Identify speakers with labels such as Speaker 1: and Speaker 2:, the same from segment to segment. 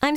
Speaker 1: I'm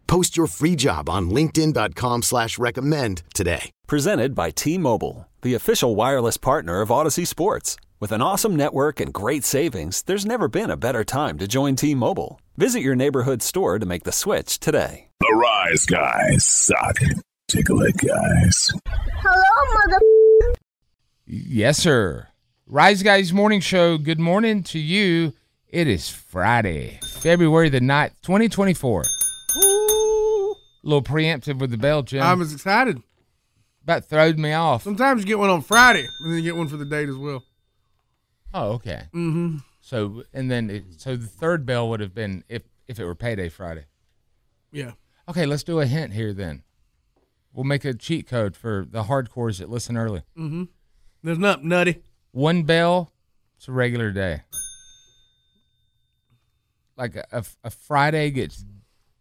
Speaker 2: Post your free job on linkedin.com/recommend slash recommend today.
Speaker 3: Presented by T Mobile, the official wireless partner of Odyssey Sports. With an awesome network and great savings, there's never been a better time to join T Mobile. Visit your neighborhood store to make the switch today.
Speaker 4: The Rise Guys suck. Take a look, guys.
Speaker 5: Hello, mother.
Speaker 6: Yes, sir. Rise Guys Morning Show, good morning to you. It is Friday, February the 9th, 2024. A little preemptive with the bell, Jim.
Speaker 7: I was excited.
Speaker 6: About throwed me off.
Speaker 7: Sometimes you get one on Friday, and then you get one for the date as well.
Speaker 6: Oh, okay. Mm-hmm. So, and then, it, so the third bell would have been if, if it were payday Friday.
Speaker 7: Yeah.
Speaker 6: Okay, let's do a hint here then. We'll make a cheat code for the hardcores that listen early.
Speaker 7: There's nothing nutty.
Speaker 6: One bell, it's a regular day. Like a, a, a Friday gets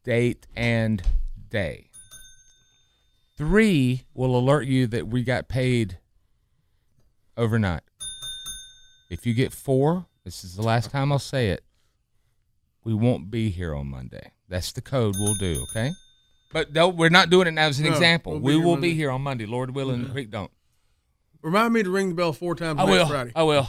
Speaker 6: date and day. Three will alert you that we got paid overnight. If you get four, this is the last time I'll say it, we won't be here on Monday. That's the code we'll do, okay? But no, we're not doing it now as an
Speaker 7: No,
Speaker 6: example.
Speaker 7: we'll be
Speaker 6: we
Speaker 7: here
Speaker 6: will
Speaker 7: Monday.
Speaker 6: be here on Monday, Lord willing, the creek don't.
Speaker 7: Remind me to ring the bell four times
Speaker 6: I
Speaker 7: next
Speaker 6: will.
Speaker 7: Friday.
Speaker 6: I will.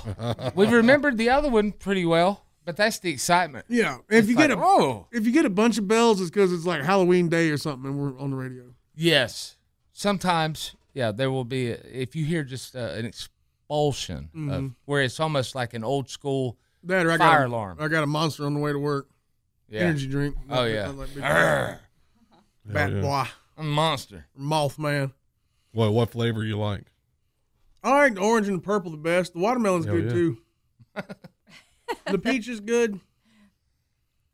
Speaker 6: We've remembered the other one pretty well, but that's the excitement.
Speaker 7: Yeah. If you
Speaker 6: like,
Speaker 7: get a
Speaker 6: "Oh."
Speaker 7: if you get a bunch of bells, it's because it's like Halloween Day or something, and we're on the radio.
Speaker 6: Yes. Sometimes, yeah, there will be, if you hear just uh, an expulsion
Speaker 7: Mm-hmm.
Speaker 6: of where it's almost like an old school.
Speaker 7: That or I
Speaker 6: Fire
Speaker 7: got a,
Speaker 6: alarm.
Speaker 7: I got a monster on the way to work.
Speaker 6: Yeah.
Speaker 7: Energy drink.
Speaker 6: Oh,
Speaker 7: I
Speaker 6: yeah.
Speaker 7: like big-
Speaker 6: Arrgh.
Speaker 7: Bat boy,
Speaker 6: I'm a monster.
Speaker 7: moth man.
Speaker 8: What what flavor you like?
Speaker 7: I like the orange and the purple the best. The watermelon's
Speaker 8: Hell
Speaker 7: good
Speaker 8: yeah.
Speaker 7: too. the peach is good.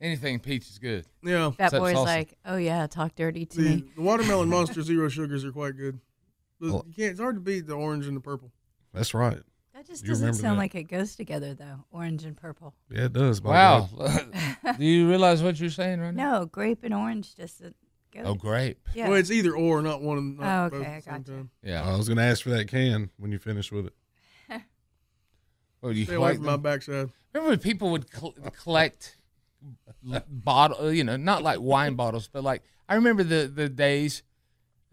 Speaker 6: Anything peach is good.
Speaker 7: Yeah.
Speaker 9: That
Speaker 6: Except
Speaker 9: boy's
Speaker 6: salsa.
Speaker 9: like, oh yeah, talk dirty to
Speaker 7: The,
Speaker 9: me.
Speaker 7: the watermelon monster zero sugars are quite good. The-
Speaker 8: Oh.
Speaker 7: you can't, it's hard to beat the orange and the purple.
Speaker 8: That's right.
Speaker 9: That just
Speaker 8: You
Speaker 9: doesn't
Speaker 8: remember
Speaker 9: sound
Speaker 8: that.
Speaker 9: like it goes together though. Orange and purple.
Speaker 8: Yeah, it does. by
Speaker 6: Wow.
Speaker 8: God.
Speaker 6: Do you realize what you're saying right now?
Speaker 9: No, grape and orange doesn't go.
Speaker 6: Oh, grape.
Speaker 9: Yeah.
Speaker 7: Well, it's either or, not one and not
Speaker 9: Oh,
Speaker 7: both
Speaker 9: okay,
Speaker 7: at the
Speaker 9: I
Speaker 7: same
Speaker 9: gotcha.
Speaker 7: time.
Speaker 6: Yeah.
Speaker 8: I was gonna ask for that can when you finish with it.
Speaker 6: What, do you
Speaker 7: Stay away
Speaker 6: collect
Speaker 7: from my
Speaker 6: them?
Speaker 7: backside.
Speaker 6: Remember when people would col- collect l- bottle, you know, not like wine bottles, but like I remember the the days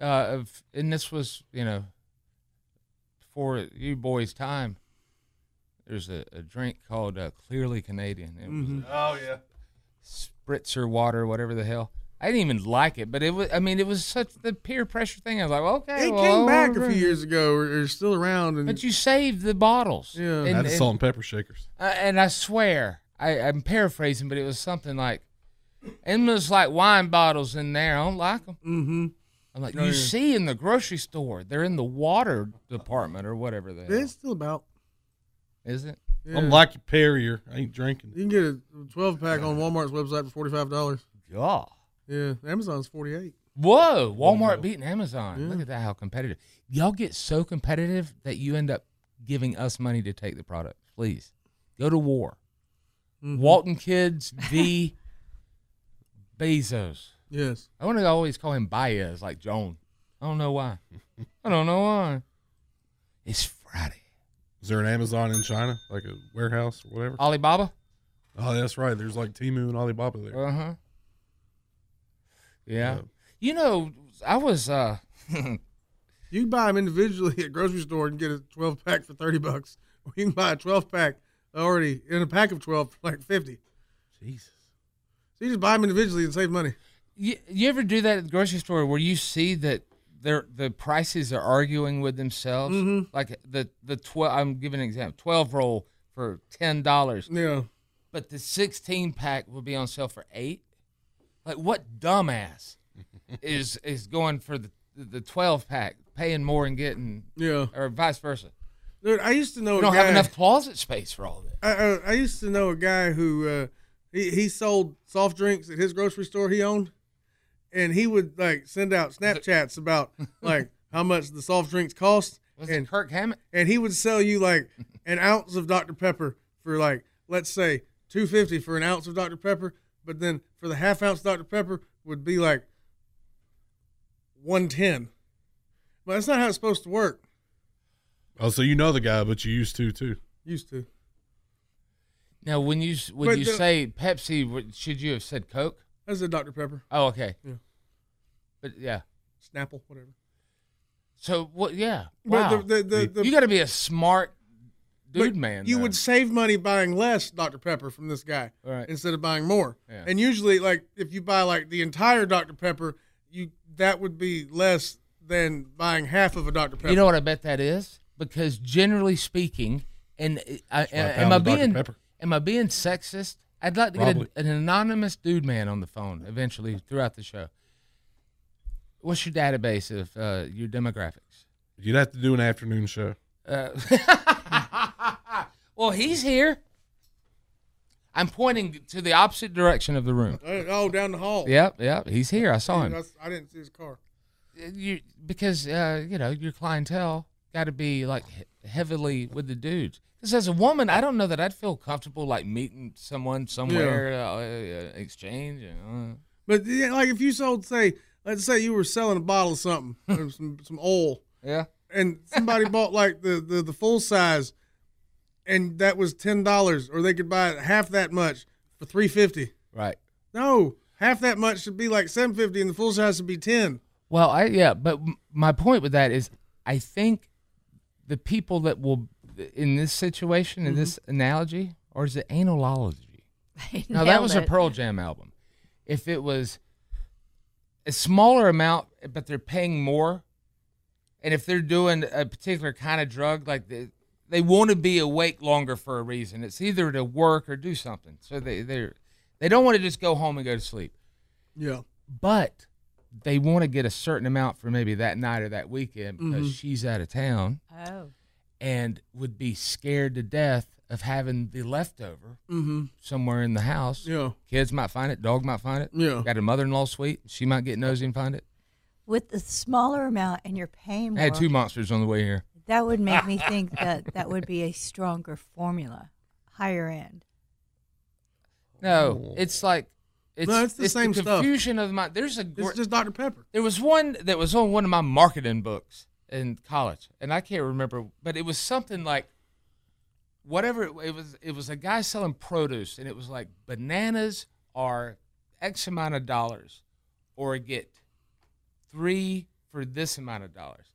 Speaker 6: uh, of, and this was you know, before you boys' time. There's a, a drink called uh, Clearly Canadian. It
Speaker 7: Mm-hmm.
Speaker 6: was a
Speaker 8: Oh yeah.
Speaker 6: spritzer water, whatever the hell. I didn't even like it, but it was. I mean, it was such the peer pressure thing. I was like, well, okay,
Speaker 7: It
Speaker 6: well,
Speaker 7: came back a
Speaker 6: whatever.
Speaker 7: few years ago. Or, or still around. And
Speaker 6: But you saved the bottles.
Speaker 7: Yeah.
Speaker 6: And-
Speaker 8: I had the
Speaker 6: and-
Speaker 8: salt and pepper shakers.
Speaker 6: uh, and I swear, I, I'm paraphrasing, but it was something like, endless like wine bottles in there. I don't like them.
Speaker 7: hmm
Speaker 6: I'm like, you see in the grocery store, they're in the water department or whatever that
Speaker 7: It's
Speaker 6: is.
Speaker 7: still about.
Speaker 6: Is it?
Speaker 7: Yeah.
Speaker 8: I'm like Perrier. I ain't drinking.
Speaker 7: You can get a 12 pack on Walmart's website for $45.
Speaker 6: Yeah.
Speaker 7: Yeah. Amazon's 48
Speaker 6: Whoa! Walmart beating Amazon. Look at that, how competitive. Y'all get so competitive that you end up giving us money to take the product. Please go to war.
Speaker 7: Mm-hmm.
Speaker 6: Walton Kids v. Bezos.
Speaker 7: Yes.
Speaker 6: I want to always call him Baez, like Joan. I don't know why. I don't know why. It's Friday.
Speaker 8: Is there an Amazon in China, like a warehouse or whatever?
Speaker 6: Alibaba?
Speaker 8: Oh, that's right. There's like Timu and Alibaba there.
Speaker 6: Uh huh. Yeah.
Speaker 8: Yeah.
Speaker 6: You know, I was, uh,
Speaker 7: You can buy them individually at grocery store and get a 12 pack for 30 bucks. Or you can buy a 12 pack already in a pack of 12 for like 50.
Speaker 8: Jesus.
Speaker 7: So you just buy them individually and save money.
Speaker 6: you, you ever do that at the grocery store where you see that their the prices are arguing with themselves?
Speaker 8: Mm-hmm.
Speaker 6: Like the, the 12, I'm giving an example 12 roll for $10.
Speaker 7: Yeah.
Speaker 6: but the 16 pack will be on sale for eight. Like what dumbass is is going for the the 12 pack, paying more and getting,
Speaker 7: Yeah.
Speaker 6: or vice versa?
Speaker 7: Dude, I used to know
Speaker 6: We
Speaker 7: a
Speaker 6: don't have
Speaker 7: guy-
Speaker 6: enough closet space for all of it.
Speaker 7: I, I, I used to know a guy who uh, he he sold soft drinks at his grocery store he owned, and he would like send out Snapchats about like how much the soft drinks cost.
Speaker 6: Was
Speaker 7: and
Speaker 6: it Kirk Hammett?
Speaker 7: and he would sell you like an ounce of Dr. Pepper for like let's say two fifty for an ounce of Dr. Pepper, but then for the half ounce Dr. Pepper would be like one ten. But that's not how it's supposed to work.
Speaker 8: Oh, so you know the guy, but you used to too.
Speaker 7: Used to.
Speaker 6: Now, when you s- when
Speaker 7: But
Speaker 6: you
Speaker 7: the-
Speaker 6: say Pepsi, w- should you have said Coke?
Speaker 7: That's a Dr. Pepper,
Speaker 6: Oh, okay.
Speaker 7: Yeah.
Speaker 6: But yeah.
Speaker 7: Snapple, whatever.
Speaker 6: So what? Yeah. Wow.
Speaker 7: But the- the- the- the-
Speaker 6: you got to be a smart dude,
Speaker 7: But
Speaker 6: man.
Speaker 7: You
Speaker 6: though.
Speaker 7: would save money buying less Dr. Pepper from this guy
Speaker 6: Right.
Speaker 7: instead of buying more.
Speaker 6: Yeah.
Speaker 7: And usually, like if you buy like the entire Dr. Pepper, you that would be less than buying half of a Dr. Pepper.
Speaker 6: You know what I bet that is? Because generally speaking, and I,
Speaker 8: why I
Speaker 6: am I
Speaker 8: found the Dr.
Speaker 6: being
Speaker 8: Pepper.
Speaker 6: am I being sexist? I'd like to
Speaker 8: Probably.
Speaker 6: get a, an anonymous dude man on the phone eventually throughout the show. What's your database of uh, your demographics?
Speaker 8: You'd have to do an afternoon show.
Speaker 6: Uh, well, he's here. I'm pointing to the opposite direction of the room.
Speaker 7: Uh, oh, down the hall.
Speaker 6: Yep, yep, he's here. I saw
Speaker 7: I,
Speaker 6: him.
Speaker 7: I didn't see his car.
Speaker 6: You because uh, you know your clientele got to be like he- heavily with the dudes. Because as a woman, I don't know that I'd feel comfortable like meeting someone somewhere, uh, uh, exchange. And, uh,
Speaker 7: But yeah, like if you sold, say, let's say you were selling a bottle of something, or some some oil,
Speaker 6: yeah,
Speaker 7: and somebody bought like the, the the full size, and that was ten dollars, or they could buy half that much for three fifty.
Speaker 6: right.
Speaker 7: No, half that much should be like seven fifty, and the full size should be ten.
Speaker 6: Well, I yeah, but m- my point with that is, I think the people that will in this situation in this analogy, or is it analology? Now that
Speaker 9: Nailed
Speaker 6: was a
Speaker 9: it.
Speaker 6: Pearl Jam album. If it was a smaller amount, but they're paying more, and if they're doing a particular kind of drug, like they, they want to be awake longer for a reason. It's either to work or do something. So they they they don't want to just go home and go to sleep,
Speaker 7: Yeah,
Speaker 6: but they want to get a certain amount for maybe that night or that weekend because she's out of town
Speaker 9: Oh,
Speaker 6: and would be scared to death of having the leftover
Speaker 7: mm-hmm.
Speaker 6: somewhere in the house.
Speaker 7: Yeah,
Speaker 6: Kids might find it. Dog might find it.
Speaker 7: Yeah.
Speaker 6: Got a mother-in-law suite. She might get nosy and find it.
Speaker 9: with the smaller amount and you're paying
Speaker 6: I
Speaker 9: more,
Speaker 6: had two monsters on the way here.
Speaker 9: that would make me think that that would be a stronger formula, higher end.
Speaker 6: No, it's like it's,
Speaker 7: No, it's the same stuff.
Speaker 6: confusion of my. There's a gr-
Speaker 7: it's just Dr Pepper.
Speaker 6: there was one that was on one of my marketing books in college, and I can't remember, but it was something like whatever it, it was. It was a guy selling produce, and it was like bananas are X amount of dollars, or get three for this amount of dollars,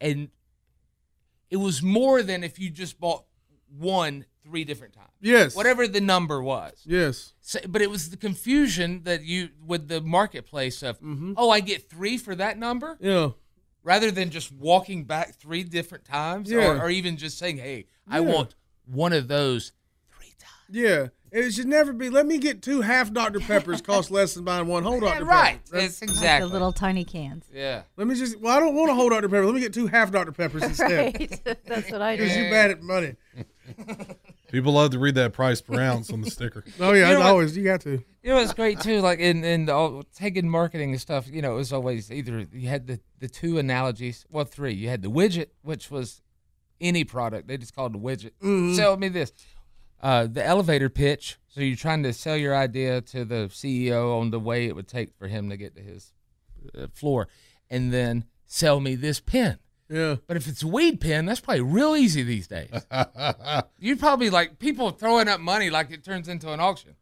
Speaker 6: and it was more than if you just bought one three different times.
Speaker 7: Yes.
Speaker 6: Whatever the number was.
Speaker 7: Yes.
Speaker 6: So, but it was the confusion that you with the marketplace of oh I get three for that number
Speaker 7: Yeah.
Speaker 6: rather than just walking back three different times
Speaker 7: Yeah.
Speaker 6: or, or even just saying hey I
Speaker 7: Yeah.
Speaker 6: want one of those three times
Speaker 7: Yeah. And It should never be. Let me get two half Dr Peppers cost less than buying one whole Dr
Speaker 6: Yeah,
Speaker 7: Pepper.
Speaker 6: right
Speaker 7: That's-
Speaker 6: That's exactly
Speaker 9: Like the little tiny cans.
Speaker 6: yeah
Speaker 7: Let me just. Well, I don't want a whole Dr Pepper. Let me get two half Dr Peppers instead.
Speaker 9: Right. That's what I do.
Speaker 7: Because you bad at money.
Speaker 8: People love to read that price per ounce on the sticker.
Speaker 7: Oh yeah,
Speaker 6: You know
Speaker 7: as
Speaker 6: what?
Speaker 7: always you got to.
Speaker 6: you know it's great too like in in all, taking marketing and stuff you know it was always either you had the the two analogies well three you had the widget which was any product they just called it a widget sell me this uh, the elevator pitch so you're trying to sell your idea to the ceo on the way it would take for him to get to his uh, floor and then sell me this pen
Speaker 7: Yeah.
Speaker 6: but if it's a weed pen that's probably real easy these days you probably like people throwing up money like it turns into an auction.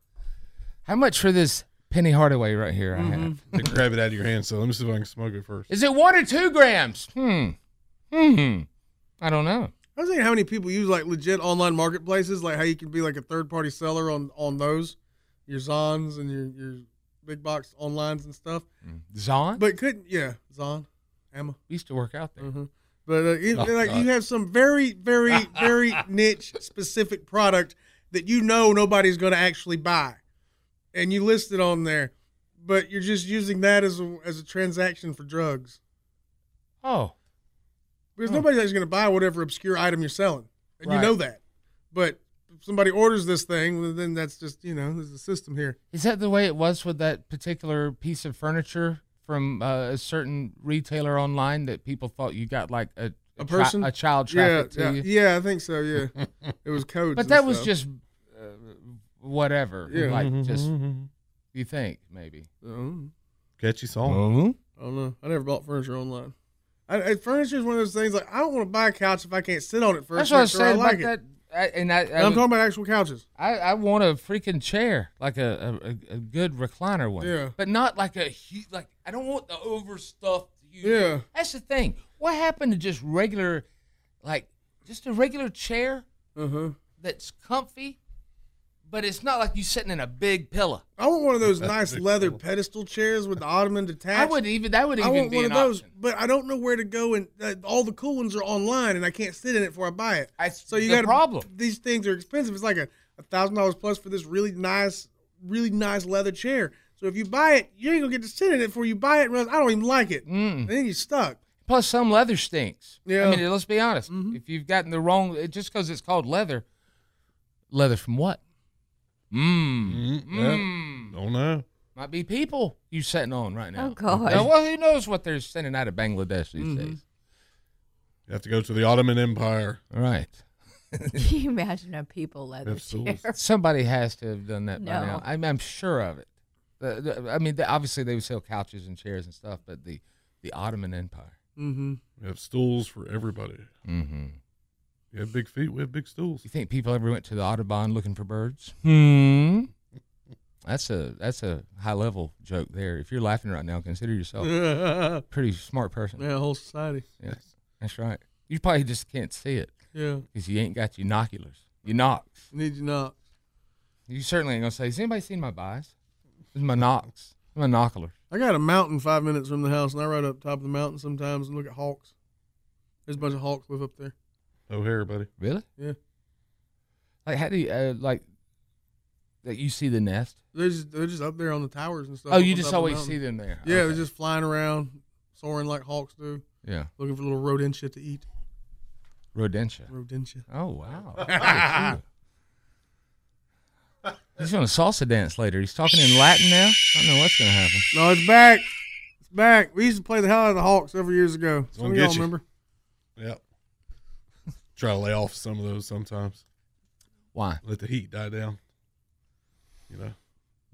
Speaker 6: How much for this Penny Hardaway right here? I have.
Speaker 8: They grab it out of your hand. So let me see if I can smoke it first.
Speaker 6: Is it one or two grams? Hmm. Hmm. I don't know.
Speaker 7: I was thinking how many people use like legit online marketplaces, like how you can be like a third party seller on on those, your Zons and your your big box onlines and stuff.
Speaker 6: Zon?
Speaker 7: But couldn't yeah, Zon, Emma.
Speaker 6: we used to work out there.
Speaker 7: But uh, it-
Speaker 6: Oh,
Speaker 7: like you have some very very very niche specific product that you know nobody's going to actually buy, and you list it on there, but you're just using that as a as a transaction for drugs
Speaker 6: Oh.
Speaker 7: because
Speaker 6: Huh.
Speaker 7: nobody's actually going to buy whatever obscure item you're selling, and you
Speaker 6: Hmm. Right.
Speaker 7: know that. But if somebody orders this thing, well, then that's just you know there's a system here.
Speaker 6: Is that the way it was with that particular piece of furniture from uh, a certain retailer online that people thought you got like a
Speaker 7: A person?
Speaker 6: chi- a child
Speaker 7: yeah,
Speaker 6: trafficked
Speaker 7: yeah,
Speaker 6: to you.
Speaker 7: yeah, I think so. Yeah, it was codes.
Speaker 6: But
Speaker 7: and
Speaker 6: that was
Speaker 7: stuff.
Speaker 6: just uh, whatever.
Speaker 7: Yeah.
Speaker 6: Like just you think maybe.
Speaker 7: I don't
Speaker 8: Catchy song.
Speaker 10: Mhm.
Speaker 7: know. I don't know. I never bought furniture online. I, I, furniture is one of those things like I don't want to buy a couch if I can't sit on it first.
Speaker 6: That's what I
Speaker 7: make
Speaker 6: was
Speaker 7: sure I
Speaker 6: saying
Speaker 7: like
Speaker 6: about
Speaker 7: it.
Speaker 6: that. I, and I, I,
Speaker 7: And I'm
Speaker 6: would-
Speaker 7: talking about actual couches.
Speaker 6: I, I want a freaking chair, like a, a, a- a good recliner one.
Speaker 7: Yeah.
Speaker 6: But not like a huge, like, I don't want the overstuffed. Huge.
Speaker 7: Yeah.
Speaker 6: That's the thing. What happened to just regular, like, just a regular chair
Speaker 7: Uh huh.
Speaker 6: that's comfy, but it's not like you sitting in a big pillow.
Speaker 7: I want one of those nice leather pedestal chairs with the ottoman detached.
Speaker 6: I wouldn't even, that would
Speaker 7: I
Speaker 6: even
Speaker 7: want
Speaker 6: be
Speaker 7: one of
Speaker 6: an
Speaker 7: those,
Speaker 6: option.
Speaker 7: but I don't know where to go, and uh, all the cool ones are online, and I can't sit in it before I buy it.
Speaker 6: That's
Speaker 7: so you
Speaker 6: the
Speaker 7: got
Speaker 6: problem.
Speaker 7: These things are expensive. It's like a thousand dollars plus for this really nice, really nice leather chair. So if you buy it, you ain't gonna get to sit in it before you buy it. And realize, I don't even like it.
Speaker 6: Mm.
Speaker 7: And then you're stuck.
Speaker 6: Plus, some leather stinks.
Speaker 7: Yeah. Mm-hmm.
Speaker 6: I mean, let's be honest. If you've gotten the wrong, it, just because it's called leather, leather from what? Mmm.
Speaker 8: Mm, yeah. Don't know.
Speaker 6: Might be people you sitting on right now.
Speaker 9: Oh, God.
Speaker 6: Now, well, who knows what they're sending out of Bangladesh these days?
Speaker 8: You have to go to the Ottoman Empire.
Speaker 6: All right.
Speaker 9: Can you imagine a people leather
Speaker 8: That's the
Speaker 9: chair?
Speaker 6: Somebody has to have done that by
Speaker 9: No.
Speaker 6: now. I'm, I'm sure of it. The- the- I mean, the, obviously they would sell couches and chairs and stuff, but the the Ottoman Empire.
Speaker 7: Mm-hmm.
Speaker 8: We have stools for everybody.
Speaker 6: Mm-hmm.
Speaker 8: You have big feet. We have big stools.
Speaker 6: You think people ever went to the Audubon looking for birds? Hmm. That's a that's a high level joke there. If you're laughing right now, consider yourself a
Speaker 7: yeah,
Speaker 6: pretty smart person.
Speaker 7: whole society.
Speaker 6: Yes, that's right. You probably just can't see it.
Speaker 7: Yeah,
Speaker 6: because you ain't got your noculars. Your knocks.
Speaker 7: need you not.
Speaker 6: You certainly ain't gonna say, "Has anybody seen my bias? This is my knocks, my nocular."
Speaker 7: I got a mountain five minutes from the house, and I ride up top of the mountain sometimes and look at hawks. There's a bunch of hawks live up there.
Speaker 8: O'Hare, Oh, buddy.
Speaker 6: Really?
Speaker 7: Yeah.
Speaker 6: Like how do you uh, like that? You see the nest?
Speaker 7: They're just, they're just up there on the towers and stuff.
Speaker 6: Oh, you
Speaker 7: up
Speaker 6: just
Speaker 7: the
Speaker 6: always
Speaker 7: mountain.
Speaker 6: see them there.
Speaker 7: Yeah, they're
Speaker 6: Okay.
Speaker 7: just flying around, soaring like hawks do,
Speaker 6: yeah,
Speaker 7: looking for little rodent shit to eat.
Speaker 6: rodentia.
Speaker 7: Rodentia.
Speaker 6: Oh wow! Look at you. He's gonna salsa dance later. He's talking in Latin now. I don't know what's gonna happen.
Speaker 7: No, it's back. It's back. We used to play the hell out of the hawks several years ago. Some
Speaker 8: gonna
Speaker 7: of y'all
Speaker 8: get you.
Speaker 7: remember?
Speaker 8: Yep. Try to lay off some of those sometimes.
Speaker 6: Why?
Speaker 8: Let the heat die down. You know,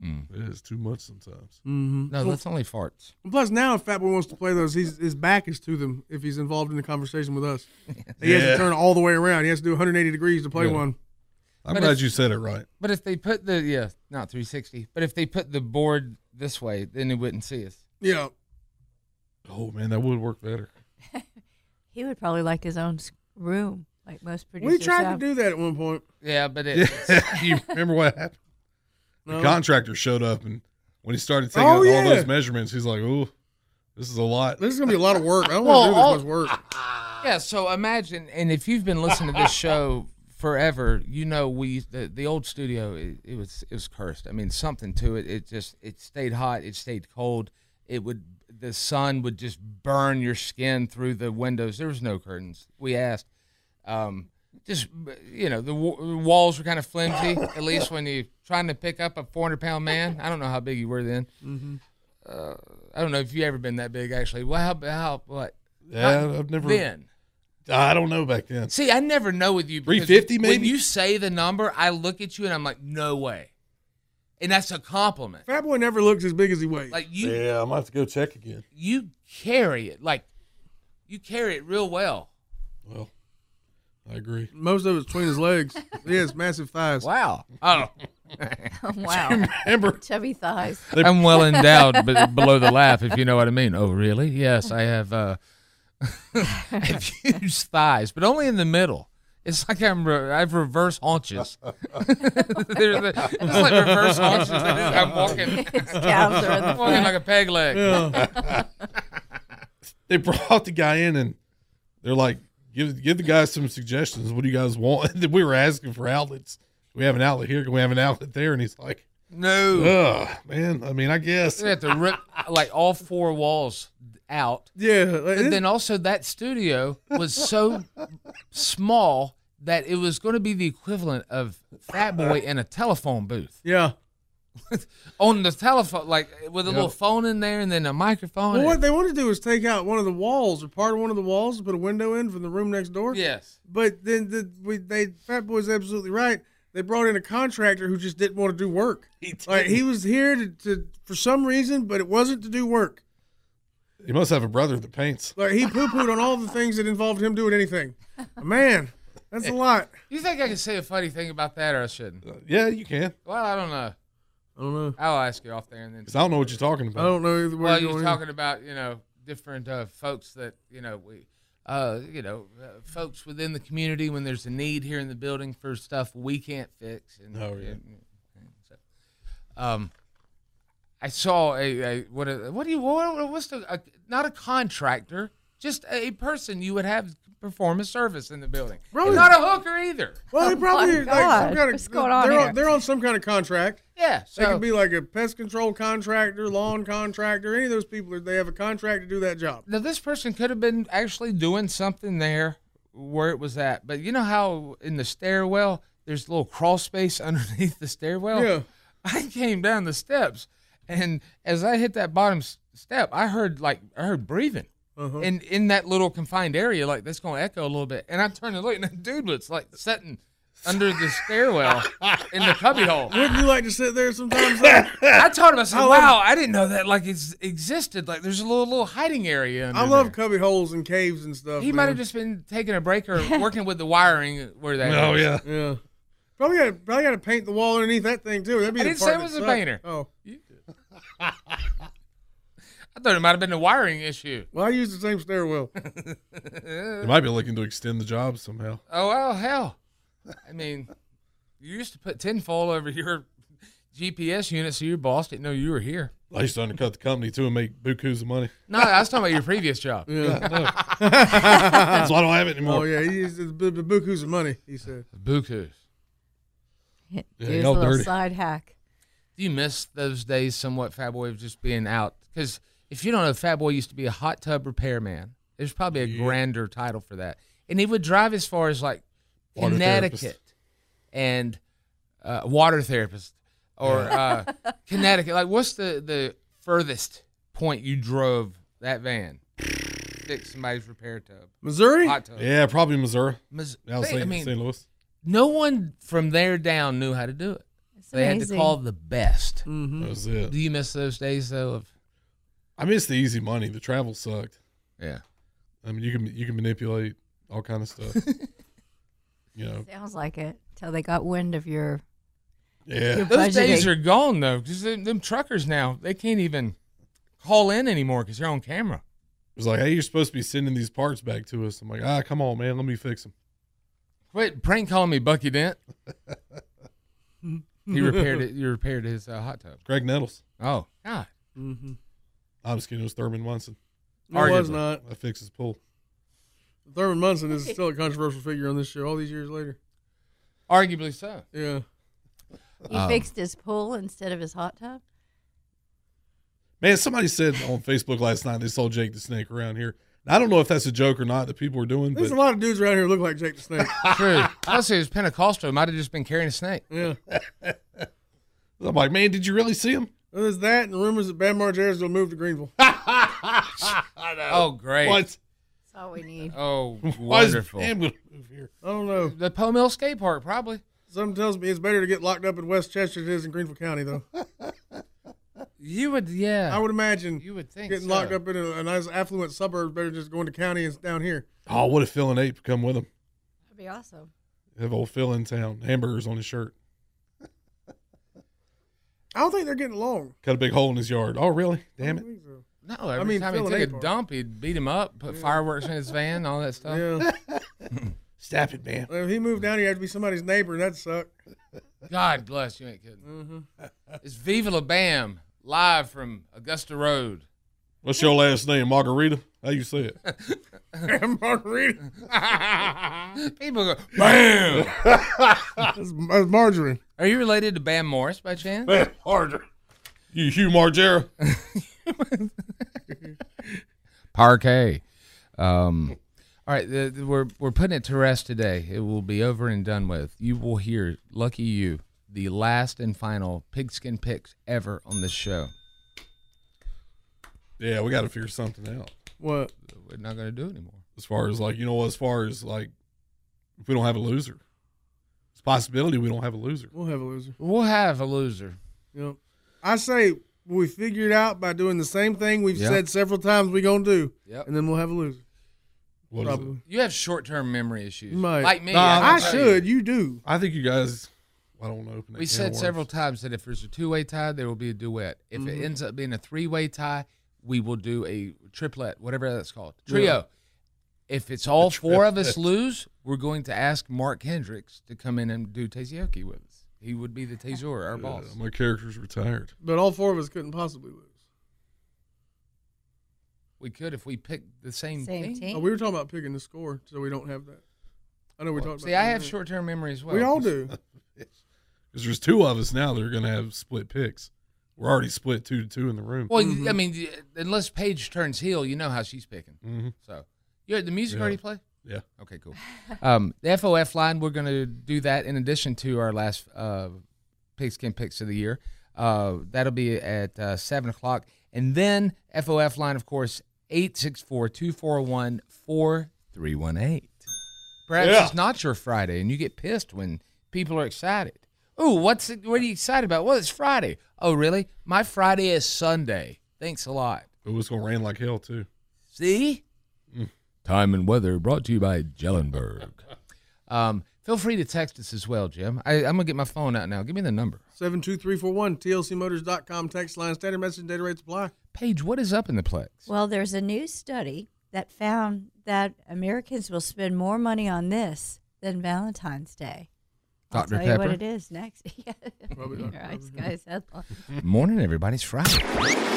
Speaker 6: Mm.
Speaker 8: it is too much sometimes.
Speaker 7: Mm-hmm.
Speaker 6: No, that's only farts.
Speaker 7: Plus, now if Fat Boy wants to play those, he's, his back is to them if he's involved in the conversation with us. He has to
Speaker 8: Yeah.
Speaker 7: turn all the way around. He has to do 180 degrees to play
Speaker 6: Yeah.
Speaker 7: one.
Speaker 8: I'm
Speaker 6: But
Speaker 8: glad
Speaker 6: if-
Speaker 8: you said it right.
Speaker 6: But if they put the yeah, not 360. But if they put the board this way, then they wouldn't see us.
Speaker 7: Yeah.
Speaker 8: Oh man, that would work better.
Speaker 9: He would probably like his own s- room, like most
Speaker 7: We
Speaker 9: producers.
Speaker 7: tried to
Speaker 9: have.
Speaker 7: do that at one point.
Speaker 6: Yeah, but it,
Speaker 8: Yeah. you remember what happened?
Speaker 7: No.
Speaker 8: The contractor showed up, and when he started taking
Speaker 7: Oh,
Speaker 8: all
Speaker 7: yeah.
Speaker 8: those measurements, he's like, "Ooh, this is a lot."
Speaker 7: This is going to be a lot of work. I don't
Speaker 6: Well,
Speaker 7: want to do this
Speaker 6: all-
Speaker 7: much work.
Speaker 6: yeah. So imagine, and if you've been listening to this show forever, you know we the, the old studio it, it was it was cursed. I mean, something to it. It just it stayed hot. It stayed cold. It would the sun would just burn your skin through the windows. There was no curtains. We asked, um, just you know the, w- the walls were kind of flimsy. at least when you're trying to pick up a 400 pound man. I don't know how big you were then.
Speaker 8: Mm-hmm.
Speaker 6: Uh, I don't know if you ever been that big actually. Well, how, how what?
Speaker 8: yeah,
Speaker 6: Not
Speaker 8: I've never.
Speaker 6: Then
Speaker 8: I don't know back then.
Speaker 6: See, I never know with you. because
Speaker 8: 350
Speaker 6: When
Speaker 8: maybe?
Speaker 6: you say the number, I look at you and I'm like, no way. And that's a compliment.
Speaker 7: Fat Boy never looks as big as he weighs.
Speaker 6: Like you,
Speaker 8: Yeah, I might have to go check again.
Speaker 6: you carry it like you carry it real well.
Speaker 8: Well, I agree.
Speaker 7: Most of it's between his legs. he has massive thighs.
Speaker 6: Wow. Oh,
Speaker 9: wow,
Speaker 8: Remember,
Speaker 9: chubby thighs.
Speaker 6: I'm well endowed, but below the laugh, if you know what I mean. Oh, really? Yes, I have. Uh, I have huge thighs, but only in the middle. It's like I'm re- I have reverse haunches. They're the, it's like reverse haunches. I'm walking,
Speaker 9: His calves are in the
Speaker 6: walking
Speaker 9: front.
Speaker 6: like a peg leg.
Speaker 8: they brought the guy in, and they're like, "Give give the guys some suggestions. What do you guys want?" And then we were asking for outlets. We have an outlet here. Can we have an outlet there? And he's like,
Speaker 6: No.
Speaker 8: "Ugh, man. I mean, I guess."
Speaker 6: They have to rip like all four walls out.
Speaker 7: Yeah. like,
Speaker 6: And then also that studio was so small that it was going to be the equivalent of Fat Boy in a telephone booth.
Speaker 7: yeah.
Speaker 6: on the telephone, like with a little phone in there and then a microphone.
Speaker 7: Well,
Speaker 6: and-
Speaker 7: what they want to do is take out one of the walls or part of one of the walls and put a window in from the room next door.
Speaker 6: yes.
Speaker 7: But then the, we, they Fat Boy's absolutely right. They brought in a contractor who just didn't want to do work. Like he was here to, to for some reason, but it wasn't to do work.
Speaker 8: He must have a brother that paints.
Speaker 7: Like he poo pooed on all the things that involved him doing anything. Man, that's a lot.
Speaker 6: You think I can say a funny thing about that or I shouldn't?
Speaker 8: Yeah, you can.
Speaker 6: Well, I don't know.
Speaker 7: I don't know.
Speaker 6: I'll ask you off there and then.
Speaker 8: Because I don't know what you're talking
Speaker 7: I
Speaker 8: about.
Speaker 7: don't know either way.
Speaker 6: Well, you're talking about you know different uh, folks that you know we, uh, you know, uh, folks within the community when there's a need here in the building for stuff we can't fix. And,
Speaker 8: Oh, yeah.
Speaker 6: and- and so, um, I saw a, a what a, what do you what, what's the a, not a contractor. Just a person you would have perform a service in the building.
Speaker 7: Really?
Speaker 6: And not a hooker either.
Speaker 7: Well, they
Speaker 9: Oh,
Speaker 7: probably
Speaker 9: my
Speaker 7: like some
Speaker 9: God.
Speaker 7: kind of,
Speaker 9: What's going on
Speaker 7: they're
Speaker 9: here?
Speaker 7: on they're on some kind of contract.
Speaker 6: Yeah. So,
Speaker 7: They could be like a pest control contractor, lawn contractor, any of those people. They have a contract to do that job.
Speaker 6: Now this person could have been actually doing something there where it was at, but you know how in the stairwell there's a little crawl space underneath the stairwell.
Speaker 7: Yeah.
Speaker 6: I came down the steps, and as I hit that bottom s- step, I heard like I heard breathing,
Speaker 7: Uh-huh.
Speaker 6: and in that little confined area, like that's gonna echo a little bit. And I turned and looked, and that dude was like sitting under the stairwell in the cubbyhole.
Speaker 7: Wouldn't you like to sit there sometimes? though?
Speaker 6: I told him I said,
Speaker 7: I love-
Speaker 6: "Wow, I didn't know that like it's existed. Like there's a little little hiding area." Under
Speaker 7: I love
Speaker 6: there."
Speaker 7: cubby holes and caves and stuff.
Speaker 6: He might
Speaker 7: man.
Speaker 6: have just been taking a break or working with the wiring where that.
Speaker 8: Oh
Speaker 6: is.
Speaker 8: yeah.
Speaker 7: yeah. Probably got to probably got to paint the wall underneath that thing too. That'd be
Speaker 6: I
Speaker 7: the
Speaker 6: didn't
Speaker 7: part
Speaker 6: say it
Speaker 7: that
Speaker 6: was a
Speaker 7: sucked.
Speaker 6: painter.
Speaker 7: Oh,
Speaker 6: I thought it might have been a wiring issue.
Speaker 7: well, I use the same stairwell.
Speaker 8: They might be looking to extend the job somehow.
Speaker 6: Oh well, hell. I mean, you used to put tinfoil over your GPS unit so your boss didn't know you were here.
Speaker 8: I used to undercut the company too and make bukus of money.
Speaker 6: No, I was talking about your previous job.
Speaker 8: That's why I don't have it anymore.
Speaker 7: oh yeah, he used the bu- bu- bukus of money. He said.
Speaker 6: Bukus.
Speaker 9: Here's a
Speaker 8: y'all
Speaker 9: little
Speaker 8: dirty.
Speaker 9: side hack.
Speaker 6: Do you miss those days somewhat, Fat Boy, of just being out? Because if you don't know, Fat Boy used to be a hot tub repairman. There's probably a grander title for that. And he would drive as far as like
Speaker 8: Water
Speaker 6: Connecticut
Speaker 8: therapist.
Speaker 6: and uh, water therapist or uh, Connecticut. Like, what's the, the furthest point you drove that van? Fix somebody's repair tub,
Speaker 7: Missouri?
Speaker 6: hot tub.
Speaker 8: Yeah, probably Missouri.
Speaker 6: Mis-
Speaker 8: I was
Speaker 6: Oh, I
Speaker 8: thinking St.
Speaker 6: mean,
Speaker 8: Louis.
Speaker 6: no one from there down knew how to do it.
Speaker 9: It's
Speaker 6: They had to
Speaker 9: amazing.
Speaker 6: call the best.
Speaker 8: That was it.
Speaker 6: Do you miss those days though? Of
Speaker 8: I missed the easy money. The travel sucked.
Speaker 6: yeah.
Speaker 8: I mean, you can you can manipulate all kind of stuff. you know.
Speaker 9: Sounds like it. Till they got wind of your.
Speaker 8: Yeah.
Speaker 6: Those days
Speaker 9: budgeting.
Speaker 6: are gone though, because them, them truckers now they can't even call in anymore because they're on camera.
Speaker 8: It was like, hey, you're supposed to be sending these parts back to us. I'm like, ah, come on, man, let me fix them.
Speaker 6: Quit prank calling me Bucky Dent. he repaired it. You repaired his uh, hot tub.
Speaker 8: Greg Nettles.
Speaker 6: Oh God,
Speaker 8: I'm just kidding. It was Thurman Munson.
Speaker 7: Mm-hmm. No, it was
Speaker 6: Arguably.
Speaker 7: not.
Speaker 8: I fixed his pool.
Speaker 7: Thurman Munson is still a controversial figure on this show all these years later.
Speaker 6: arguably so.
Speaker 7: Yeah.
Speaker 9: He
Speaker 6: Um,
Speaker 9: fixed his pool instead of his hot tub.
Speaker 8: Man, somebody said on Facebook last night they saw Jake the Snake around here. And I don't know if that's a joke or not that people were doing,
Speaker 7: There's a
Speaker 8: but
Speaker 7: lot of dudes around here who look like Jake the Snake.
Speaker 6: True. Plus, he was Pentecostal. He Might have just been carrying a snake.
Speaker 7: yeah.
Speaker 8: I'm like, man, did you really see him?
Speaker 7: Well, there's that and rumors that Bam Margera's will move to Greenville.
Speaker 6: Oh great.
Speaker 8: What?
Speaker 9: That's all we need.
Speaker 6: Oh
Speaker 8: Why is
Speaker 6: wonderful.
Speaker 8: Bam gonna move here?
Speaker 7: I don't know.
Speaker 6: The Po Mill Skate Park probably.
Speaker 7: Something tells me it's better to get locked up in Westchester than it is in Greenville County, though.
Speaker 6: You would yeah.
Speaker 7: I would imagine
Speaker 6: You would think
Speaker 7: getting
Speaker 6: so.
Speaker 7: locked up in a, a nice affluent suburb is better than just going to county and down here.
Speaker 8: Oh, what if Phil and Ape come with him?
Speaker 9: That'd be awesome.
Speaker 8: Have old Phil in town, hamburgers on his shirt,
Speaker 7: I don't think they're getting along.
Speaker 8: cut a big hole in his yard. Oh, really?
Speaker 7: I
Speaker 8: Damn
Speaker 7: don't
Speaker 8: it!
Speaker 7: think so.
Speaker 6: No, every
Speaker 7: mean,
Speaker 6: time he
Speaker 7: Phil
Speaker 6: took
Speaker 7: and
Speaker 6: a
Speaker 7: Abe are.
Speaker 6: dump, he'd beat him up, put fireworks in his van, all that stuff.
Speaker 7: Yeah.
Speaker 8: Stop it, man.
Speaker 7: Well, if he moved down here, he had to be somebody's neighbor, and that'd suck.
Speaker 6: God bless you, ain't kidding.
Speaker 7: Mm-hmm.
Speaker 6: It's Viva La Bam live from Augusta Road.
Speaker 8: What's your last name, Margarita? How you say it?
Speaker 7: Margarita.
Speaker 6: People go, Bam!
Speaker 7: That's, that's margarine.
Speaker 6: Are you related to Bam Morris by chance?
Speaker 8: Harder. You Hugh Margera.
Speaker 6: Parquet. Um, all right, the, the- we're we're putting it to rest today. It will be over and done with. You will hear "Lucky You" the last and final pigskin picks ever on this show.
Speaker 8: Yeah, we got to figure something out
Speaker 7: What?
Speaker 6: We're not going to do it anymore.
Speaker 8: as far as like you know, as far as like if we don't have a loser, it's a possibility we don't have a loser.
Speaker 7: We'll have a loser.
Speaker 6: We'll have a loser.
Speaker 7: Yep. I say we figure it out by doing the same thing we've
Speaker 6: Yeah.
Speaker 7: said several times we gonna do,
Speaker 6: Yep.
Speaker 7: and then we'll have a loser.
Speaker 8: What is it?
Speaker 7: Probably.
Speaker 6: You have short-term memory issues,
Speaker 7: You might.
Speaker 6: like me.
Speaker 8: Nah,
Speaker 6: I
Speaker 7: Uh, I
Speaker 6: can tell
Speaker 7: should.
Speaker 6: you.
Speaker 7: You do.
Speaker 8: I think you guys. I don't want to open that
Speaker 6: We
Speaker 8: can of
Speaker 6: said
Speaker 8: worms.
Speaker 6: several times that if there's a two-way tie, there will be a duet. If it ends up being a three-way tie, we will do a triplet, whatever that's called, trio. If it's all four of us lose, we're going to ask Mark Hendricks to come in and do Taziyoki with us. He would be the Tazor, our boss.
Speaker 8: Yeah, my character's retired.
Speaker 7: But all four of us couldn't possibly lose.
Speaker 6: We could if we picked the same,
Speaker 9: Same
Speaker 6: team.
Speaker 9: team.
Speaker 7: Oh, we were talking about picking the score, so we don't have that. I know we talked about.
Speaker 6: See, I
Speaker 7: that.
Speaker 6: have short-term memory as well.
Speaker 7: we all do.
Speaker 8: Because there's two of us now that are going to have split picks. We're already split two to two in the room.
Speaker 6: Well, you- I mean, y- unless Paige turns heel, you know how she's picking.
Speaker 7: Mm-hmm.
Speaker 8: Mhm.
Speaker 6: So, you the music
Speaker 8: Yeah.
Speaker 6: already play?
Speaker 8: Yeah.
Speaker 6: Okay, cool. Um, the FOF line, we're going to do that in addition to our last uh, pigskin picks of the year. Uh, that'll be at uh, 7 o'clock. And then FOF line, of course, 864 241 4318. Perhaps
Speaker 8: Yeah.
Speaker 6: it's not your Friday and you get pissed when people are excited. Oh, what's it, what are you excited about? Well, it's Friday. Oh, really? My Friday is Sunday. Thanks a lot.
Speaker 8: It was going to rain like hell, too.
Speaker 6: See? Mm. Time and weather brought to you by Jellenberg. um, feel free to text us as well, Jim. I, I'm going to get my phone out now. Give me the number.
Speaker 7: Seven two three four one tlcmotors.com text line standard message data rates apply.
Speaker 6: Paige, what is up in the Plex?
Speaker 9: Well, there's a new study that found that Americans will spend more money on this than Valentine's Day. I'll
Speaker 6: Dr.
Speaker 9: tell you
Speaker 6: Pepper?
Speaker 9: what it is next. yeah.
Speaker 7: Probably
Speaker 9: Your
Speaker 7: Dr.
Speaker 9: eyes, guys.
Speaker 6: Morning, everybody. It's Friday.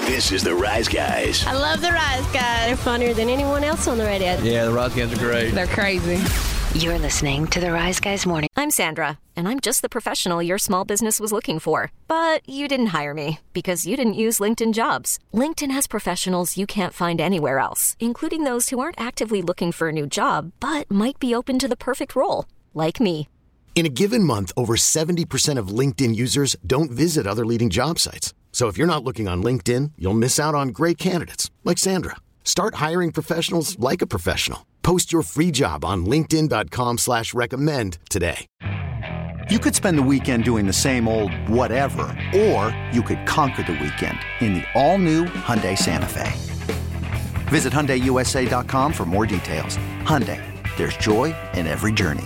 Speaker 4: This is the Rise Guys.
Speaker 5: I love the Rise Guys. They're funnier than anyone else on the radio.
Speaker 10: Yeah, the Rise Guys are great.
Speaker 5: They're crazy.
Speaker 1: You're listening to the Rise Guys Morning. I'm Sandra, and I'm just the professional your small business was looking for. But you didn't hire me because you didn't use LinkedIn jobs. LinkedIn has professionals you can't find anywhere else, including those who aren't actively looking for a new job but might be open to the perfect role, like me.
Speaker 2: In a given month, over 70% of LinkedIn users don't visit other leading job sites. So if you're not looking on LinkedIn, you'll miss out on great candidates like Sandra. Start hiring professionals like a professional. Post your free job on linkedin.com/recommend slash recommend today.
Speaker 11: You could spend the weekend doing the same old whatever, or you could conquer the weekend in the all-new Hyundai Santa Fe. Visit HyundaiUSA.com for more details. Hyundai, there's joy in every journey.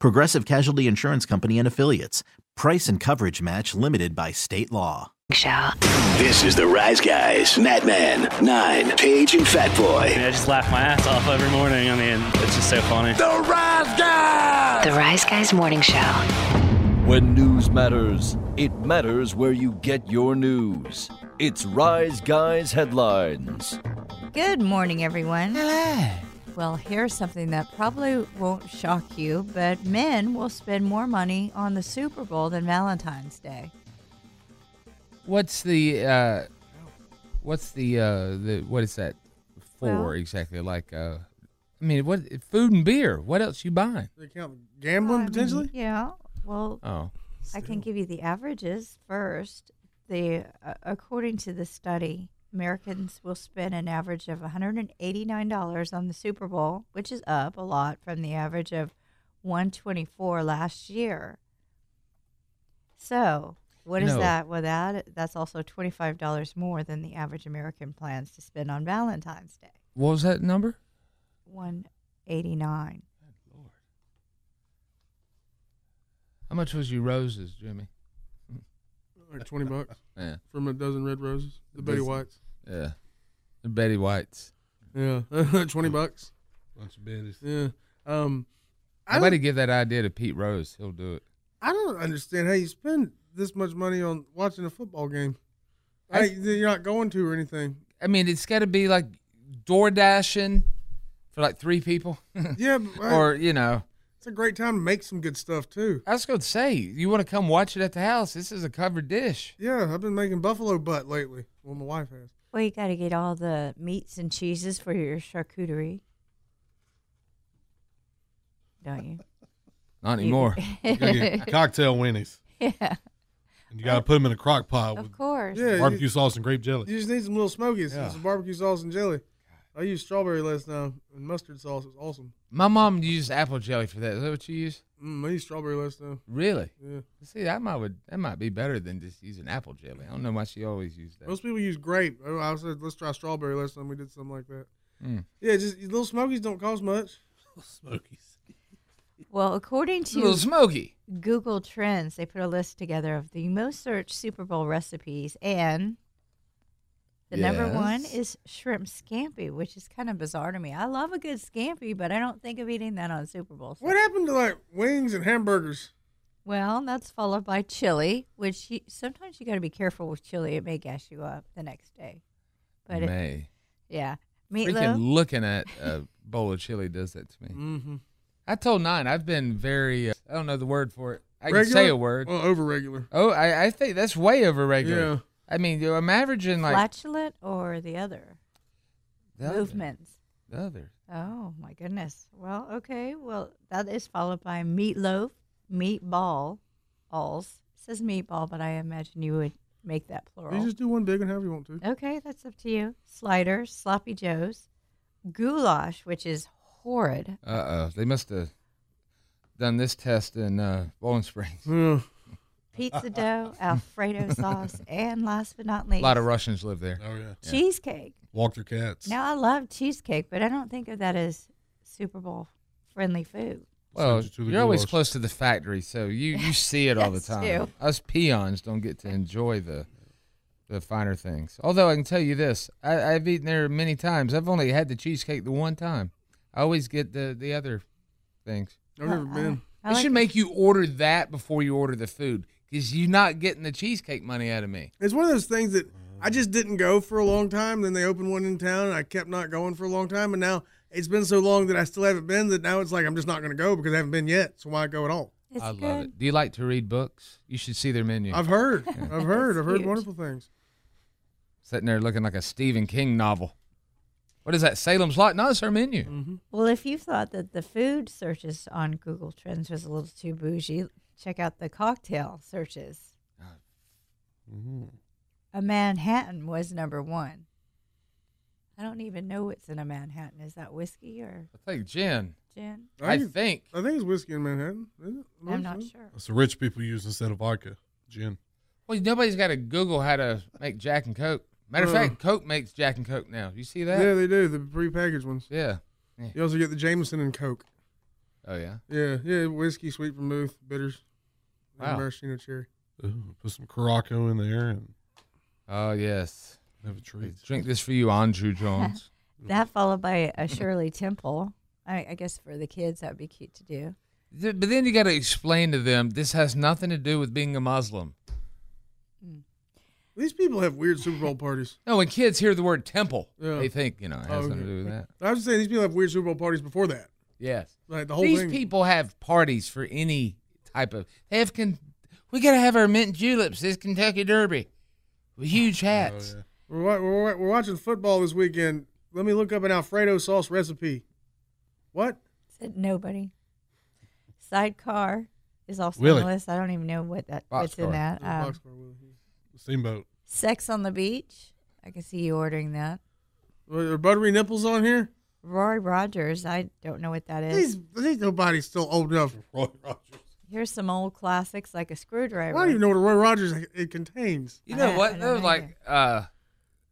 Speaker 10: Progressive Casualty Insurance Company and Affiliates. Price and coverage match limited by state law.
Speaker 1: Show.
Speaker 4: This is the Rise Guys. Madman, Nine, Paige, and Fat Boy.
Speaker 10: I just laugh my ass off every morning. I mean, it's just so funny.
Speaker 4: The Rise Guys.
Speaker 1: The Rise Guys Morning Show.
Speaker 10: When news matters, it matters where you get your news. It's Rise Guys Headlines.
Speaker 9: Good morning, everyone. Well, here's something that probably won't shock you, but men will spend more money on the Super Bowl than Valentine's Day.
Speaker 6: What's the uh, what's the uh, the what is that for
Speaker 9: Well-
Speaker 6: exactly? Like, uh, I mean, what food and beer? What else you buying?
Speaker 7: They count gambling
Speaker 9: I mean,
Speaker 7: potentially.
Speaker 9: Yeah. Well,
Speaker 6: Oh,
Speaker 9: I can give you the averages first. The uh, according to the study, Americans will spend an average of $189 on the Super Bowl, which is up a lot from the average of 124 last year. So, what is
Speaker 6: No.
Speaker 9: that? Well, that that's also $25 more than the average American plans to spend on Valentine's Day.
Speaker 6: what was that number?
Speaker 9: 189.
Speaker 6: How much was your roses, Jimmy?
Speaker 7: Like twenty bucks
Speaker 6: Yeah,
Speaker 7: from a dozen red roses. The
Speaker 6: A
Speaker 7: Betty
Speaker 6: dozen.
Speaker 7: Whites.
Speaker 6: yeah, Betty White's.
Speaker 7: Yeah, twenty bucks.
Speaker 8: Bunch of baddies.
Speaker 7: Yeah. Um, I
Speaker 6: Nobody
Speaker 7: don't,
Speaker 6: give that idea to Pete Rose. He'll do it.
Speaker 7: I don't understand how you spend this much money on watching a football game. I, you're not going to or anything.
Speaker 6: I mean, it's got to be like door dashing for like three people.
Speaker 7: Yeah, but-
Speaker 6: or you know,
Speaker 7: It's a great time to make some good stuff too.
Speaker 6: I was gonna say you want to come watch it at the house. This is a covered dish.
Speaker 7: Yeah, I've been making buffalo butt lately. Well, my wife has.
Speaker 9: Well, you got to get all the meats and cheeses for your charcuterie, don't you?
Speaker 8: Not
Speaker 9: You-
Speaker 8: anymore. You gotta get cocktail weenies.
Speaker 9: Yeah.
Speaker 8: And you got to put them in a crock pot with
Speaker 9: Of course.
Speaker 7: Yeah,
Speaker 8: barbecue
Speaker 7: you-
Speaker 8: sauce and grape jelly.
Speaker 7: You just need some little smokies,
Speaker 8: Yeah.
Speaker 7: some barbecue sauce and jelly. I used strawberry last time and mustard sauce. It was awesome.
Speaker 6: My mom used apple jelly for that. Is that what you use?
Speaker 7: Mm, I used strawberry last time.
Speaker 6: Really?
Speaker 7: Yeah.
Speaker 6: See, that might would that might be better than just using apple jelly. I don't know why she always used that.
Speaker 7: Most people use grape. I I said let's try strawberry last time we did something like that.
Speaker 6: Mm.
Speaker 7: Yeah, just little smokies don't cost much.
Speaker 8: Smokies.
Speaker 9: Well, according to
Speaker 6: Little Smoky.
Speaker 9: Google Trends, they put a list together of the most searched Super Bowl recipes, and the number one
Speaker 6: Yes.
Speaker 9: is shrimp scampi, which is kind of bizarre to me. I love a good scampi, but I don't think of eating that on Super Bowl.
Speaker 7: What happened to like wings and hamburgers?
Speaker 9: Well, that's followed by chili, which you, sometimes you got to be careful with chili; it may gas you up the next day. But it-
Speaker 6: May.
Speaker 9: yeah,
Speaker 6: Freaking
Speaker 9: meatloaf.
Speaker 6: looking at a bowl of chili does that to me.
Speaker 7: Mm-hmm.
Speaker 6: I told nine. I've been very. Uh, I don't know the word for it. I can
Speaker 7: Regular?
Speaker 6: say a word.
Speaker 7: Well, over regular.
Speaker 6: Oh, I, I think that's way over regular.
Speaker 7: Yeah.
Speaker 6: I mean, you know, I'm averaging like
Speaker 9: Flatulent or the other
Speaker 6: the other-
Speaker 9: movements.
Speaker 6: The other.
Speaker 9: Oh my goodness. Well, okay. Well, that is followed by meatloaf, meatball, alls. It says meatball, but I imagine you would make that plural.
Speaker 7: You just do one big and however you want to.
Speaker 9: Okay, that's up to you. Sliders, sloppy joes, goulash, which is horrid.
Speaker 6: Uh oh. They must have done this test in uh, Bowling Springs.
Speaker 7: Yeah.
Speaker 9: Pizza dough, Alfredo sauce, and last but not
Speaker 6: A
Speaker 9: least,
Speaker 6: lot of Russians live there.
Speaker 8: Oh, yeah.
Speaker 9: cheesecake.
Speaker 8: Walk their cats.
Speaker 9: Now I love cheesecake, but I don't think of that as Super Bowl friendly food.
Speaker 6: Well,
Speaker 8: Send you to the
Speaker 6: you're always
Speaker 8: goulash.
Speaker 6: close to the factory, so you, you see it all the
Speaker 9: Yes,
Speaker 6: time.
Speaker 9: too.
Speaker 6: Us peons don't get to enjoy the the finer things. Although I can tell you this, I, I've eaten there many times. I've only had the cheesecake the one time. I always get the the other things.
Speaker 7: I've never been.
Speaker 9: Uh-uh. I
Speaker 6: it
Speaker 9: like
Speaker 6: should make you order that before you order the food because you're not getting the cheesecake money out of me.
Speaker 7: It's one of those things that I just didn't go for a long time. Then they opened one in town, and I kept not going for a long time. And now it's been so long that I still haven't been that now it's like I'm just not going to go because I haven't been yet. So why go at all?
Speaker 9: It's
Speaker 6: I
Speaker 9: good.
Speaker 6: love it. Do you like to read books? You should see their menu.
Speaker 7: I've heard, I've heard, I've heard
Speaker 9: Huge.
Speaker 7: wonderful things.
Speaker 6: Sitting there looking like a Stephen King novel. What is that? Salem's Lot? No, it's her
Speaker 7: Mm.
Speaker 6: menu.
Speaker 7: Mm-hmm.
Speaker 9: Well, if you thought that the food searches on Google Trends was a little too bougie, check out the cocktail searches.
Speaker 6: Mm-hmm.
Speaker 9: A Manhattan was number one. I don't even know what's in a Manhattan. Is that whiskey or
Speaker 6: I think gin.
Speaker 9: gin?
Speaker 6: I think.
Speaker 7: I think it's whiskey in Manhattan. Isn't it?
Speaker 9: I'm not sure.
Speaker 8: That's the rich people use instead of vodka, gin.
Speaker 6: Well, nobody's got to Google how to make Jack and Coke. Matter of
Speaker 7: Uh.
Speaker 6: fact, Coke makes Jack and Coke now. You see that?
Speaker 7: Yeah, they do the prepackaged ones.
Speaker 6: Yeah.
Speaker 7: You also get the Jameson and Coke.
Speaker 6: Oh yeah.
Speaker 7: Yeah, yeah, whiskey, sweet vermouth, bitters,
Speaker 6: Wow.
Speaker 7: and maraschino cherry.
Speaker 8: Ooh, put some Caraco in there and
Speaker 6: Oh yes.
Speaker 8: have a treat.
Speaker 6: Drink this for you, Andrew Jones.
Speaker 7: Mm-hmm.
Speaker 9: That followed by a Shirley Temple. I, I guess for the kids that would be cute to do.
Speaker 6: Th- but then you got to explain to them this has nothing to do with being a Muslim.
Speaker 7: These people have weird Super Bowl parties.
Speaker 6: No, when kids hear the word temple,
Speaker 7: Yeah.
Speaker 6: they think you know it has
Speaker 7: Oh,
Speaker 6: nothing to
Speaker 7: okay.
Speaker 6: do with that.
Speaker 7: I was just saying these people have weird Super Bowl parties before that.
Speaker 6: Yes.
Speaker 7: Like the whole
Speaker 6: These
Speaker 7: thing.
Speaker 6: people have parties for any type of. They have con. We gotta have our mint juleps. This Kentucky Derby, with huge hats.
Speaker 8: Oh, yeah.
Speaker 7: We're, wa- we're, wa- we're watching football this weekend. Let me look up an Alfredo sauce recipe. What?
Speaker 9: Said nobody. Sidecar is also
Speaker 8: Willie.
Speaker 9: on the list. I don't even know what that what's in
Speaker 6: Boxcar.
Speaker 9: that. Um,
Speaker 7: Boxcar Willie.
Speaker 8: Steamboat.
Speaker 9: Sex on the beach. I can see you ordering that.
Speaker 7: Are there buttery nipples on here?
Speaker 9: Roy Rogers. I don't know what that is.
Speaker 7: These, these nobody's still old enough.
Speaker 8: Roy Rogers.
Speaker 9: Here's some old classics like a
Speaker 7: I
Speaker 9: screwdriver.
Speaker 7: don't even know what a Roy Rogers it contains.
Speaker 6: You know
Speaker 9: I- I
Speaker 6: what
Speaker 9: don't
Speaker 6: though?
Speaker 9: know
Speaker 6: Like uh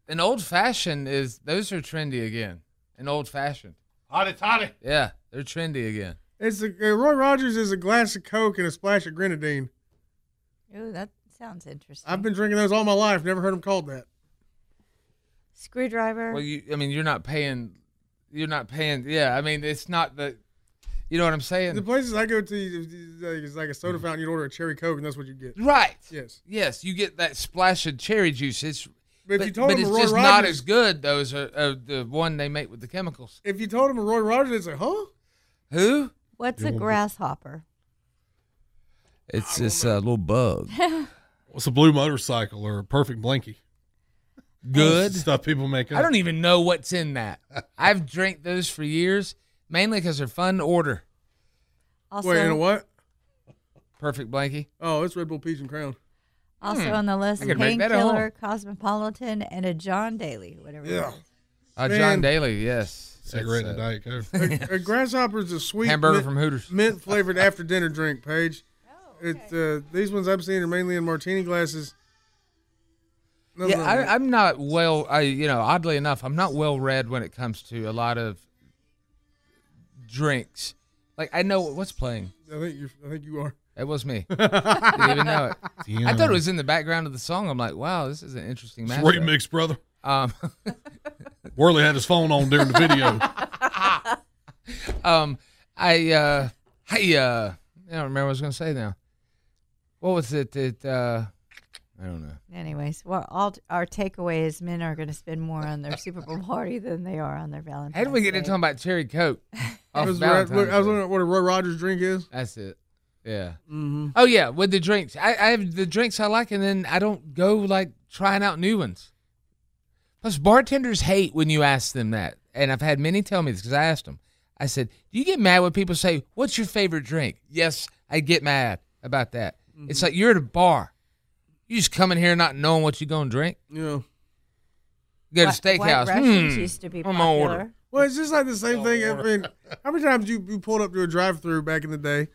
Speaker 6: an old fashioned is those are trendy again. An old fashioned.
Speaker 8: Hotty toddy.
Speaker 6: Yeah, they're trendy again.
Speaker 7: It's a, a Roy Rogers is a glass of Coke and a splash of grenadine.
Speaker 9: Ooh, that sounds interesting.
Speaker 7: I've been drinking those all my life. Never heard them called that.
Speaker 9: screwdriver.
Speaker 6: Well you I mean you're not paying you're not paying yeah, I mean it's not the You know what I'm saying?
Speaker 7: The places I go to, it's like a soda fountain. You'd order a cherry coke, and that's what you get.
Speaker 6: Right.
Speaker 7: Yes.
Speaker 6: Yes, you get that splash of cherry juice. It's
Speaker 7: But if
Speaker 6: but,
Speaker 7: you told
Speaker 6: but
Speaker 7: him
Speaker 6: it's
Speaker 7: Roy
Speaker 6: just not
Speaker 7: Rogers-
Speaker 6: as good though as uh, uh, the one they make with the chemicals.
Speaker 7: If you told him Roy Rogers, they'd say, "Huh?
Speaker 6: Who?
Speaker 9: What's
Speaker 6: You
Speaker 9: a
Speaker 6: won't be-
Speaker 9: grasshopper?
Speaker 6: It's this uh, little bug.
Speaker 8: What's a blue motorcycle or a perfect blankie?
Speaker 6: Good.
Speaker 8: stuff people make. Up.
Speaker 6: I don't even know what's in that. I've drank those for years, mainly because they're fun to order.
Speaker 9: Also,
Speaker 7: Wait, you know what?
Speaker 6: Perfect blankie.
Speaker 7: Oh, it's Red Bull Peach and Crown.
Speaker 9: Also
Speaker 6: Hmm.
Speaker 9: on the list,
Speaker 6: I could make that at
Speaker 9: Painkiller, Cosmopolitan, and a John Daly, whatever. it
Speaker 7: Yeah.
Speaker 9: is.
Speaker 6: Uh,
Speaker 7: Man.
Speaker 6: John Daly, yes.
Speaker 8: Cigarette
Speaker 6: That's,
Speaker 8: and a Diet Coke.
Speaker 7: A, a grasshopper's a sweet
Speaker 6: Hamburger
Speaker 7: mint-
Speaker 6: from Hooters.
Speaker 7: mint flavored after dinner drink. Paige, it, uh, these ones I'm seeing are mainly in martini glasses. Nothing
Speaker 6: yeah,
Speaker 7: wrong with it.
Speaker 6: I, I'm not well. I you know, oddly enough, I'm not well read when it comes to a lot of drinks. Like I know what's playing.
Speaker 7: I think you. I think you are.
Speaker 6: It was me. Didn't even know it. I thought it was in the background of the song. I'm like, wow, this is an interesting
Speaker 8: It's
Speaker 6: match.
Speaker 8: a remix, brother.
Speaker 6: Um,
Speaker 8: Worley had his phone on during the video.
Speaker 6: um, I uh, hey, uh, I don't remember what I was gonna say now. What was it that uh, I don't know.
Speaker 9: Anyways, well, all our takeaway is men are going to spend more on their Super Bowl party than they are on their Valentine's.
Speaker 6: How did we get into
Speaker 9: Day.
Speaker 6: talking about cherry coke?
Speaker 7: I
Speaker 6: Off
Speaker 7: was, I was
Speaker 6: Oh, Valentine's Day?
Speaker 7: wondering what a Roy Rogers drink is.
Speaker 6: That's it. Yeah.
Speaker 7: Mm-hmm.
Speaker 6: Oh yeah, with the drinks. I, I have the drinks I like, and then I don't go like trying out new ones. Plus, bartenders hate when you ask them that, and I've had many tell me this because I asked them. I said, "Do you get mad when people say what's your favorite drink?" Yes, I get mad about that. It's like you're at a bar. You just come in here not knowing what you're gonna drink.
Speaker 7: Yeah.
Speaker 6: Go to
Speaker 9: Whi- White
Speaker 6: steakhouse.
Speaker 9: Russians
Speaker 6: Hmm,
Speaker 9: used to be
Speaker 6: I'm gonna order.
Speaker 9: popular.
Speaker 7: Well, it's just like the
Speaker 6: Oh,
Speaker 7: same thing. I mean, how many times you, you pulled up to a drive-through back in the day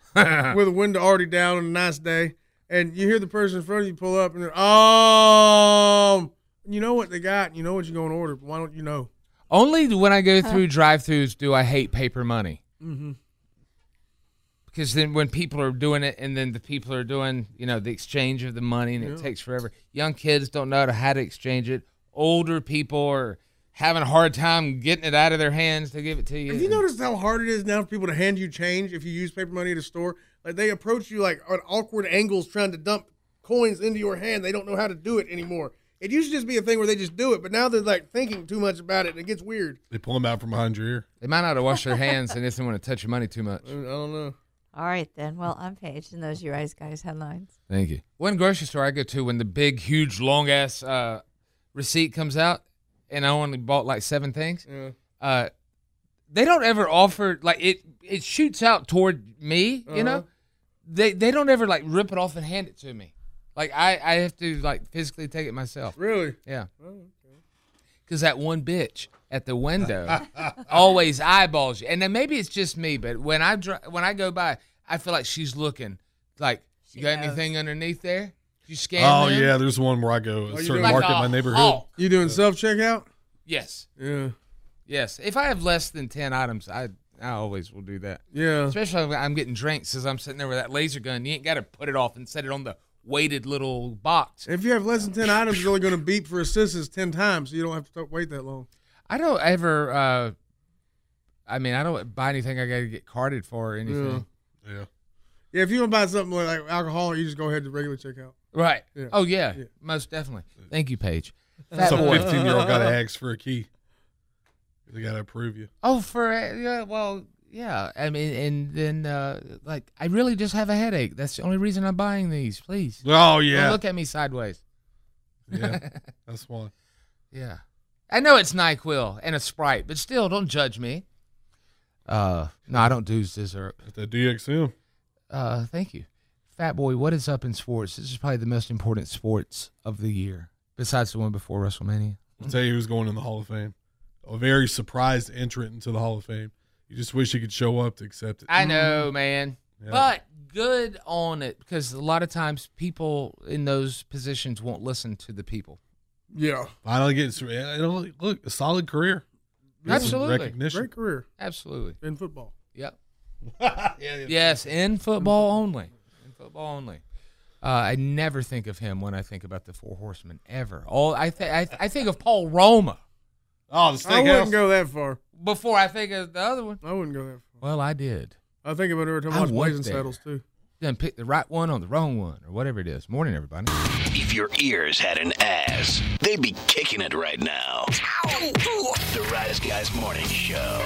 Speaker 7: with a window already down on a nice day, and you hear the person in front of you pull up and they're um, you know what they got, and you know what you're going to order, but why don't you know?
Speaker 6: Only when I go through drive-throughs do I hate paper money.
Speaker 7: Mm-hmm.
Speaker 6: because then when people are doing it and then the people are doing you know the exchange of the money and it
Speaker 7: Yeah.
Speaker 6: takes forever young kids don't know how to exchange it older people are having a hard time getting it out of their hands to give it to you
Speaker 7: Have you noticed how hard it is now for people to hand you change if you use paper money at a store? Like they approach you like at awkward angles, trying to dump coins into your hand. They don't know how to do it anymore. It used to just be a thing where they just do it, but now they're like thinking too much about it, and it gets weird.
Speaker 8: They pull him out from behind your ear.
Speaker 6: they might not have washed their hands and just didn't want to touch your money too much
Speaker 7: I don't know.
Speaker 9: All right, then. Well, I'm Paige, and those are your eyes, guys headlines.
Speaker 6: thank you one grocery store i go to when the big huge long ass uh, receipt comes out and i only bought like seven things
Speaker 7: Yeah.
Speaker 6: uh, they don't ever offer like it it shoots out toward me you
Speaker 7: Uh-huh.
Speaker 6: know they they don't ever like rip it off and hand it to me like i i have to like physically take it myself
Speaker 7: Really?
Speaker 6: yeah because Oh, that one bitch at the window always eyeballs you and then maybe it's just me but when i dri- when i go by i feel like she's looking like you got anything underneath there you scan
Speaker 8: Oh
Speaker 6: them?
Speaker 8: yeah, there's one where I go a
Speaker 7: you
Speaker 8: certain
Speaker 7: doing-
Speaker 8: market in
Speaker 6: Like
Speaker 8: my
Speaker 6: a
Speaker 8: neighborhood.
Speaker 6: hawk.
Speaker 7: You doing self checkout?
Speaker 6: yes
Speaker 7: Yeah.
Speaker 6: yes if i have less than 10 items i i always will do that
Speaker 7: Yeah.
Speaker 6: Especially when I'm getting drinks as I'm sitting there with that laser gun. You ain't got to put it off and set it on the weighted little box.
Speaker 7: If you have less than 10 items, you're only going to beep for assistance 10 times, so you don't have to t- wait that long.
Speaker 6: I don't ever. Uh, I mean, I don't buy anything I got to get carded for or anything.
Speaker 7: Yeah.
Speaker 8: Yeah.
Speaker 7: Yeah, if you want to buy something like alcohol, you just go ahead to regular checkout.
Speaker 6: Right.
Speaker 7: Yeah.
Speaker 6: Oh yeah,
Speaker 7: Yeah.
Speaker 6: most definitely. Thank you, Paige. Fat
Speaker 8: Some
Speaker 6: boy.
Speaker 8: 15 year old got to ask for a key. They got to approve you.
Speaker 6: Oh, for uh, yeah. Well, yeah. I mean, and then uh, like I really just have a headache. That's the only reason I'm buying these. Please.
Speaker 8: Oh
Speaker 6: Don't
Speaker 8: yeah,
Speaker 6: look at me sideways.
Speaker 8: yeah. That's one.
Speaker 6: Yeah. I know it's NyQuil and a Sprite, but still, don't judge me. Uh, no, I don't do dessert.
Speaker 8: At the DXM.
Speaker 6: Uh, thank you. Fat boy, what is up in sports? This is probably the most important sports of the year, besides the one before WrestleMania.
Speaker 8: I'll tell you who's going in the Hall of Fame. A very surprised entrant into the Hall of Fame. You just wish you could show up to accept it.
Speaker 6: I know, man.
Speaker 8: Yeah.
Speaker 6: But good on it because a lot of times people in those positions won't listen to the people.
Speaker 7: Yeah.
Speaker 8: Finally getting through. you know, Look, a solid career. Get some
Speaker 6: Absolutely.
Speaker 8: Recognition.
Speaker 7: Great career
Speaker 6: Absolutely.
Speaker 7: in football.
Speaker 6: Yep.
Speaker 8: yeah,
Speaker 6: Yes, in football only. In football only. Uh, I never think of him when I think about the Four Horsemen ever. All I th- I, th- I think of Paul Roma
Speaker 8: Oh, the
Speaker 7: I wouldn't
Speaker 8: steakhouse.
Speaker 7: go that far.
Speaker 6: before I think of the other one.
Speaker 7: I wouldn't go that far.
Speaker 6: Well, I did.
Speaker 7: I think about it every time I
Speaker 6: I
Speaker 7: watch
Speaker 6: went
Speaker 7: Blazing
Speaker 6: there.
Speaker 7: Saddles too.
Speaker 6: Then pick the right one on the wrong one or whatever it is. Morning, everybody.
Speaker 4: If your ears had an ass, they'd be kicking it right now. The Rise Guys Morning Show.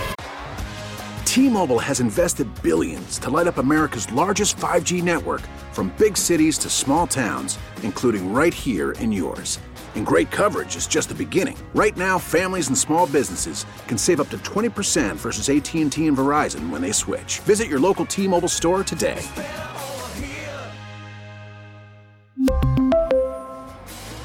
Speaker 12: T-Mobile has invested billions to light up America's largest 5G network from big cities to small towns, including right here in yours. And great coverage is just the beginning. Right now, families and small businesses can save up to 20% versus AT&T and Verizon when they switch. Visit your local T-Mobile store today.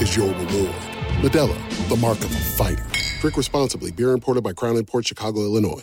Speaker 13: is your reward. Medella, the mark of a fighter. Drink responsibly. Beer imported by Crown Port Chicago, Illinois.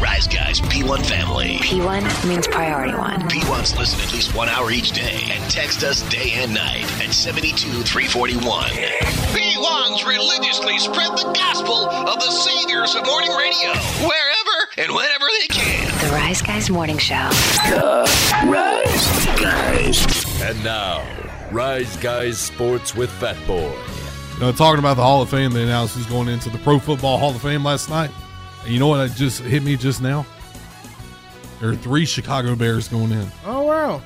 Speaker 4: Rise Guys P1 Family.
Speaker 14: P1 means priority one.
Speaker 4: P1s listen at least one hour each day and text us day and night at 72341.
Speaker 15: P1s religiously spread the gospel of the saviors of morning radio wherever and whenever they can.
Speaker 14: The Rise Guys Morning Show.
Speaker 4: The Rise Guys.
Speaker 16: And now, Rise Guys Sports with Fat Boy.
Speaker 8: You know, talking about the Hall of Fame, they announced who's going into the Pro Football Hall of Fame last night. And you know what? It just hit me just now. There are three Chicago Bears going in.
Speaker 7: Oh wow!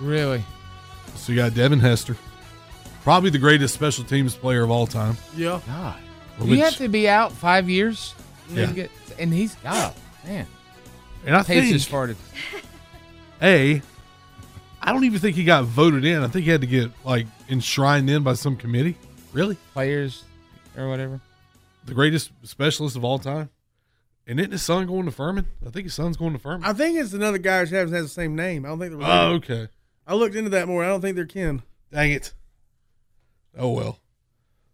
Speaker 6: Really?
Speaker 8: So you got Devin Hester, probably the greatest special teams player of all time.
Speaker 7: Yeah.
Speaker 6: God.
Speaker 8: Which-
Speaker 6: you have to be out five years?
Speaker 8: Yeah.
Speaker 6: And, get, and he's, God, man.
Speaker 8: And I
Speaker 6: Taste
Speaker 8: think
Speaker 6: just farted.
Speaker 8: A, I don't even think he got voted in. I think he had to get like enshrined in by some committee. Really?
Speaker 6: Players or whatever.
Speaker 8: The greatest specialist of all time. And isn't his son going to Furman? I think his son's going to Furman.
Speaker 7: I think it's another guy who has, has the same name. I don't think they're.
Speaker 8: Oh,
Speaker 7: related.
Speaker 8: okay.
Speaker 7: I looked into that more. I don't think they're kin.
Speaker 8: Dang it! Oh well.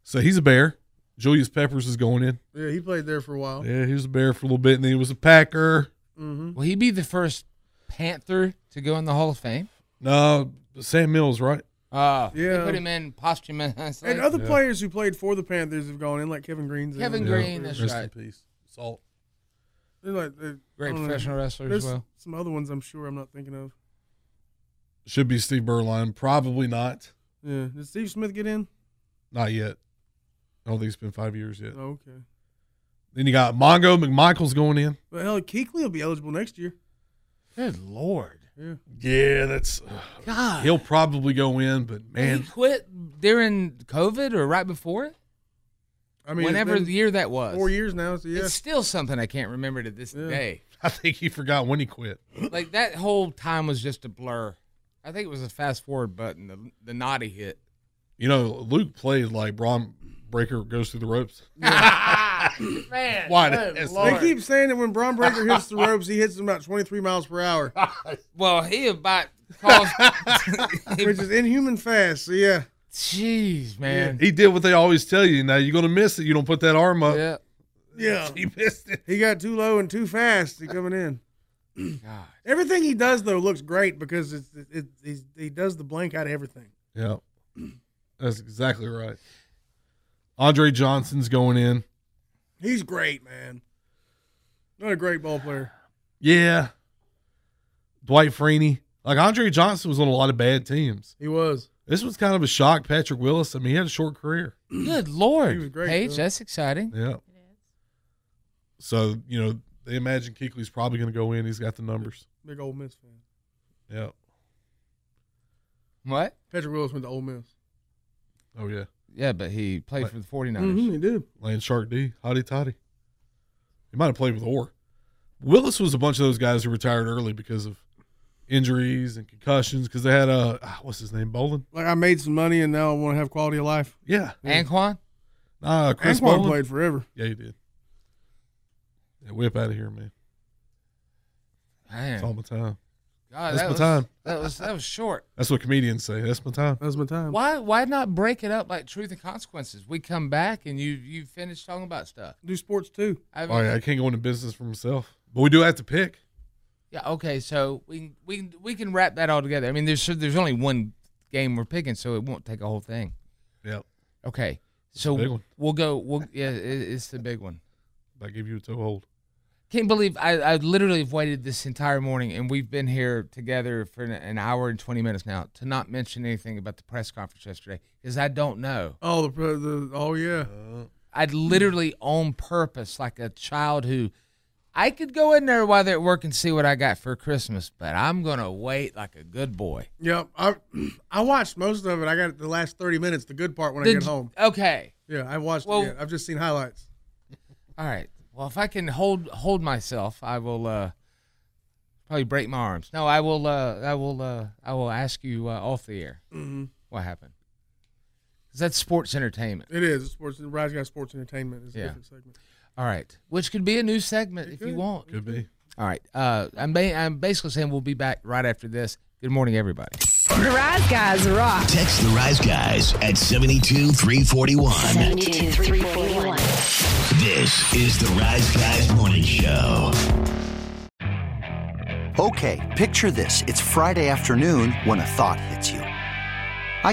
Speaker 8: So he's a bear. Julius Peppers is going in.
Speaker 7: Yeah, he played there for a
Speaker 6: Oh.
Speaker 7: while.
Speaker 8: Yeah, he was a bear for a little bit, and then he was a Packer.
Speaker 7: Hmm?
Speaker 6: Will he be the first Panther to go in the Hall of Fame?
Speaker 8: No, Sam Mills, right?
Speaker 6: Uh, They
Speaker 7: Ah. Yeah.
Speaker 6: put him in posthumously.
Speaker 7: And other
Speaker 8: Yeah.
Speaker 7: players who played for the Panthers have gone in, like Kevin Green's. in.
Speaker 6: Kevin Green, that's
Speaker 8: Rest in
Speaker 6: right.
Speaker 8: peace. Salt.
Speaker 7: They're like, they're-
Speaker 6: Great
Speaker 7: I don't know.
Speaker 6: professional wrestler as
Speaker 7: There's
Speaker 6: well.
Speaker 7: Some other ones I'm sure I'm not thinking of.
Speaker 8: Should be Steve Berline. Probably not.
Speaker 7: Yeah. Did Steve Smith get in?
Speaker 8: Not yet. I don't think it's been five years yet.
Speaker 7: Oh, okay.
Speaker 8: Then you got Mongo McMichael's going in.
Speaker 7: But hell, Keekly will be eligible next year.
Speaker 6: Good lord.
Speaker 7: Yeah.
Speaker 8: Yeah, that's
Speaker 6: God.
Speaker 8: he'll probably go in, but man,
Speaker 6: He quit during COVID or right before it?
Speaker 7: I mean,
Speaker 6: whenever
Speaker 7: it's been
Speaker 6: the year that was.
Speaker 7: Four years now. So yeah.
Speaker 6: It's still something I can't remember to this
Speaker 7: Yeah.
Speaker 6: day.
Speaker 8: I think he forgot when he quit.
Speaker 6: Like that whole time was just a blur. I think it was a fast forward button, the, the naughty hit.
Speaker 8: You know, Luke played like Braun Breaker goes through the ropes.
Speaker 6: Man,
Speaker 8: Why
Speaker 7: good
Speaker 8: does-
Speaker 7: Lord. They keep saying that when Braun Breaker hits the ropes, he hits them about 23 miles per hour,
Speaker 6: Well, he about caused.
Speaker 7: which is inhuman fast. So yeah.
Speaker 6: Jeez, man.
Speaker 8: He did what they always tell you. Now you're gonna miss it. You don't put that arm up.
Speaker 6: Yeah.
Speaker 7: Yeah.
Speaker 8: He missed it.
Speaker 7: He got too low and too fast to coming in.
Speaker 6: God.
Speaker 7: Everything he does though looks great because it's it, it, he's, he does the blank out of everything.
Speaker 8: Yeah. That's exactly right. Andre Johnson's going in.
Speaker 7: He's great, man. Not a great ball player.
Speaker 8: Yeah. Dwight Freeney. Like Andre Johnson was on a lot of bad teams.
Speaker 7: He was.
Speaker 8: This was kind of a shock. Patrick Willis. I mean, he had a short career.
Speaker 6: Good lord.
Speaker 7: He was great,
Speaker 6: Paige,
Speaker 7: though.
Speaker 6: that's exciting.
Speaker 8: Yeah. So, you know, they imagine Keekly's probably gonna go in. He's got the numbers.
Speaker 7: Big old Miss fan.
Speaker 8: Yeah.
Speaker 6: What?
Speaker 7: Patrick Willis went to Ole Miss.
Speaker 8: Oh yeah.
Speaker 6: Yeah, but he played
Speaker 8: But-
Speaker 6: for the 49ers.
Speaker 7: Mhm, he did.
Speaker 8: Land Shark D, Hottie Toddy. He might have played with Orr. Willis was a bunch of those guys who retired early because of injuries and concussions because they had a ah, what's his name Bolin.
Speaker 7: Like I made some money and now I want to have quality of life.
Speaker 8: Yeah,
Speaker 6: Anquan.
Speaker 8: Uh, Chris
Speaker 7: Anquan
Speaker 8: Bolin
Speaker 7: played forever.
Speaker 8: Yeah, he did. Yeah, whip out of here, man.
Speaker 6: Man.
Speaker 8: It's all my time.
Speaker 6: God,
Speaker 8: That's
Speaker 6: that
Speaker 8: my
Speaker 6: was,
Speaker 8: time.
Speaker 6: That was that was short.
Speaker 8: That's what comedians say. That's my time.
Speaker 7: That's my time.
Speaker 6: Why why not break it up like truth and consequences? We come back and you you finish talking about stuff.
Speaker 7: Do sports too.
Speaker 6: I mean,
Speaker 8: Oh yeah, I can't go into business for myself, but we do have to pick.
Speaker 6: Yeah. Okay. So we can, we can, we can wrap that all together. I mean, there's there's only one game we're picking, so it won't take a whole thing.
Speaker 8: Yep.
Speaker 6: Okay. So
Speaker 8: a big one.
Speaker 6: we'll go. We'll yeah. It, it's the big one.
Speaker 8: I give you a toehold.
Speaker 6: Can't believe I, I literally have waited this entire morning, and we've been here together for an, an hour and twenty minutes now to not mention anything about the press conference yesterday because I don't know.
Speaker 7: Oh, the, pro- the oh yeah.
Speaker 6: I'd literally on purpose, like a child who I could go in there while they're at work and see what I got for Christmas, but I'm gonna wait like a good boy.
Speaker 7: Yep. I I watched most of it. I got the last thirty minutes, the good part when I
Speaker 6: Did
Speaker 7: get
Speaker 6: you-
Speaker 7: home.
Speaker 6: Okay.
Speaker 7: Yeah, I watched
Speaker 6: Well-
Speaker 7: it. Yet. I've just seen highlights.
Speaker 6: All right. Well, if I can hold hold myself, I will uh, probably break my arms. No, I will. Uh, I will. Uh, I will ask you uh, off the air
Speaker 7: Mhm.
Speaker 6: what happened. 'Cause that's sports entertainment.
Speaker 7: It is sports. Rise Guy Sports Entertainment is a
Speaker 6: Yeah.
Speaker 7: different segment.
Speaker 6: All right, which could be a new segment if you
Speaker 7: could.
Speaker 6: want.
Speaker 8: Could be.
Speaker 6: All right. Uh, I'm ba- I'm basically saying we'll be back right after this. Good morning, everybody.
Speaker 17: The Rise Guys rock.
Speaker 4: Text the Rise Guys at 72341.
Speaker 14: 72341.
Speaker 4: This is the Rise Guys Morning Show.
Speaker 11: Okay, picture this. It's Friday afternoon when a thought hits you. I